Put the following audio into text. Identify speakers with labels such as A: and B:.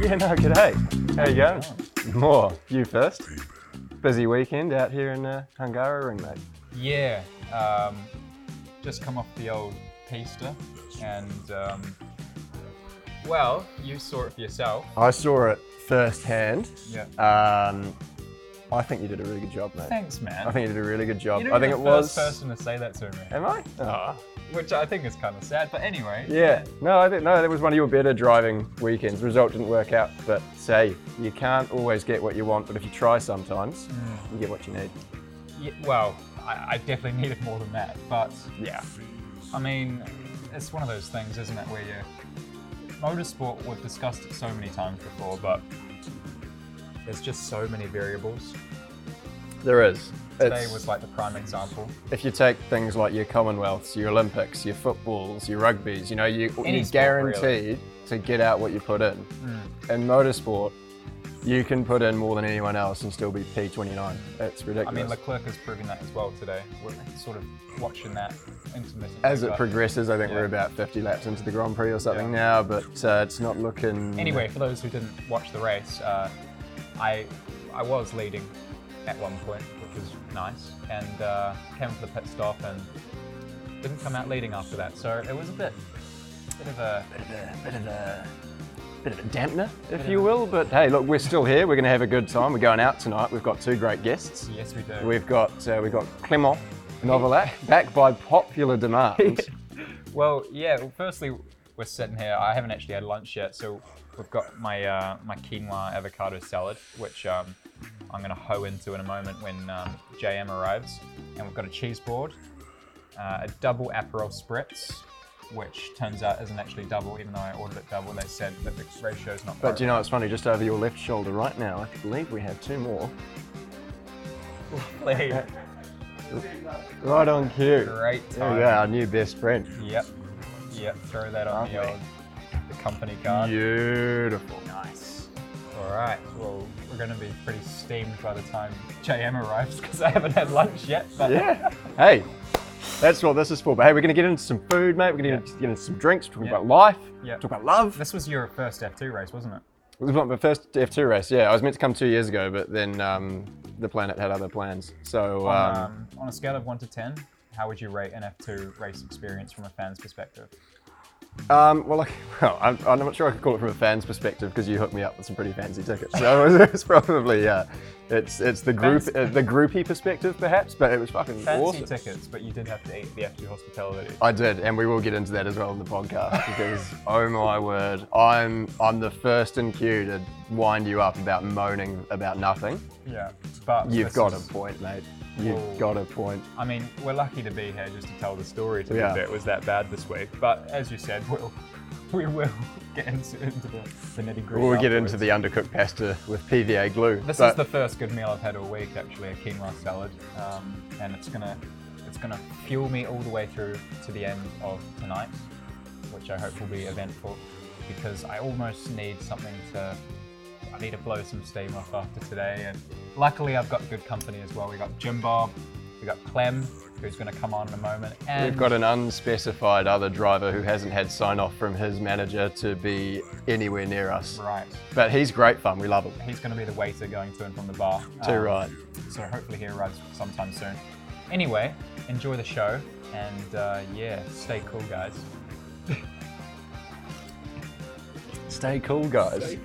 A: Yeah, no, g'day. How you going? More. You first. Busy weekend out here in uh, Hungaroring, mate.
B: Yeah, um, just come off the old taster, and um, well, you saw it for yourself.
A: I saw it firsthand.
B: Yeah.
A: Um, I think you did a really good job, mate.
B: Thanks, man.
A: I think you did a really good job.
B: You're
A: I think
B: the
A: it was.
B: first person to say that to me,
A: Am I? Oh.
B: which I think is kind of sad. But anyway,
A: Yeah. No, I think no. That was one of your better driving weekends. Result didn't work out, but say you can't always get what you want, but if you try sometimes, you get what you need.
B: yeah, well, I, I definitely needed more than that. But
A: Yeah.
B: I mean, it's one of those things, isn't it, where you motorsport. We've discussed it so many times before, but there's just so many variables.
A: There is.
B: Today
A: It's-
B: was like the prime example.
A: if you take things like your Commonwealths, your Olympics, your footballs, your rugbies, you know, you,
B: Any
A: you're
B: sport,
A: guaranteed
B: really. Hmm.
A: to get out what you put in. In motorsport, you can put in more than anyone else and still be P29. It's ridiculous.
B: I mean, Leclerc has proven that as well today. We're sort of watching that intermittently.
A: As it
B: but-
A: progresses, I think we're
B: uh, Yeah.
A: about 50 laps into the Grand Prix or something now,
B: Yeah.
A: but uh, it's not looking.
B: Anyway, for those who didn't watch the race, uh, I I was leading at one point, which was nice, and uh, came to the pit stop and didn't come out leading after that. So it was a bit bit of a
A: bit of a bit of a bit of a dampener, if you will. But hey, look, we're still here. We're going to have a good time. We're going out tonight. We've got two great guests.
B: yes we do.
A: We've got uh, we've got Clement Novelak back by popular demand.
B: Well, yeah. Well, firstly, we're sitting here. I haven't actually had lunch yet, so we've got my uh, my quinoa avocado salad, which um, I'm going to hoe into in a moment when um, JM arrives. And we've got a cheese board, uh, a double aperol spritz, which turns out isn't actually double, even though I ordered it double. They said that the ratio is not.
A: but you know, it's funny. Just over your left shoulder right now, I believe we have two more.
B: know,
A: Right on cue.
B: great
A: There we
B: time.
A: go, our new best friend.
B: Yep. Yep. Throw that on the
A: Lovely.
B: old the company card.
A: Beautiful.
B: Uh, Nice. All right. Well, we're going to be pretty steamed by the time JM arrives because I haven't had lunch yet. But
A: Yeah. Hey, that's what this is for. But hey, we're going to get into some food, mate. We're going to get into some drinks. Talk about life.
B: Yeah.
A: Talk about love.
B: this was your first F2 race, wasn't it?
A: It was my first F2 race. Yeah, I was meant to come two years ago, but then um, the planet had other plans. So
B: Um,
A: um,
B: on a scale of one to ten, how would you rate an F2 race experience from a fan's perspective?
A: Um, well, like, well, I'm, I'm not sure I could call it from a fan's perspective because you hooked me up with some pretty fancy tickets. So it's, it's probably yeah, it's it's the group
B: Fancy-
A: uh, the groupie perspective perhaps, but it was fucking
B: Fancy
A: awesome. Uh,
B: tickets, but you did have to eat the F2 hospitality.
A: I did, and we will get into that as well in the podcast because oh my word, I'm I'm the first in queue to wind you up about moaning about nothing.
B: Yeah. But
A: You've
B: this
A: got
B: is-
A: a point, mate. You've
B: Whoa.
A: got a point.
B: I mean, we're lucky to be here just to tell the story. To
A: Yeah.
B: yeah. it was that bad this week, but as you said, we'll we will get into, into the, the nitty gritty.
A: We'll get into the undercooked pasta with PVA glue.
B: This
A: but
B: is the first good meal I've had all week, actually, a quinoa salad, um, and it's gonna it's gonna fuel me all the way through to the end of tonight, which I hope will be eventful, because I almost need something to I need to blow some steam off after today, and luckily I've got good company as well. We got Jim Bob, we got Clem, who's gonna come on in a moment, and
A: We've got an unspecified other driver who hasn't had sign off from his manager to be anywhere near us.
B: right.
A: But he's great fun. We love him.
B: He's going to be the waiter going to and from the bar.
A: Too
B: Um,
A: right.
B: So hopefully he arrives sometime soon. Anyway, enjoy the show and uh, yeah, stay cool, guys.
A: Stay cool, guys.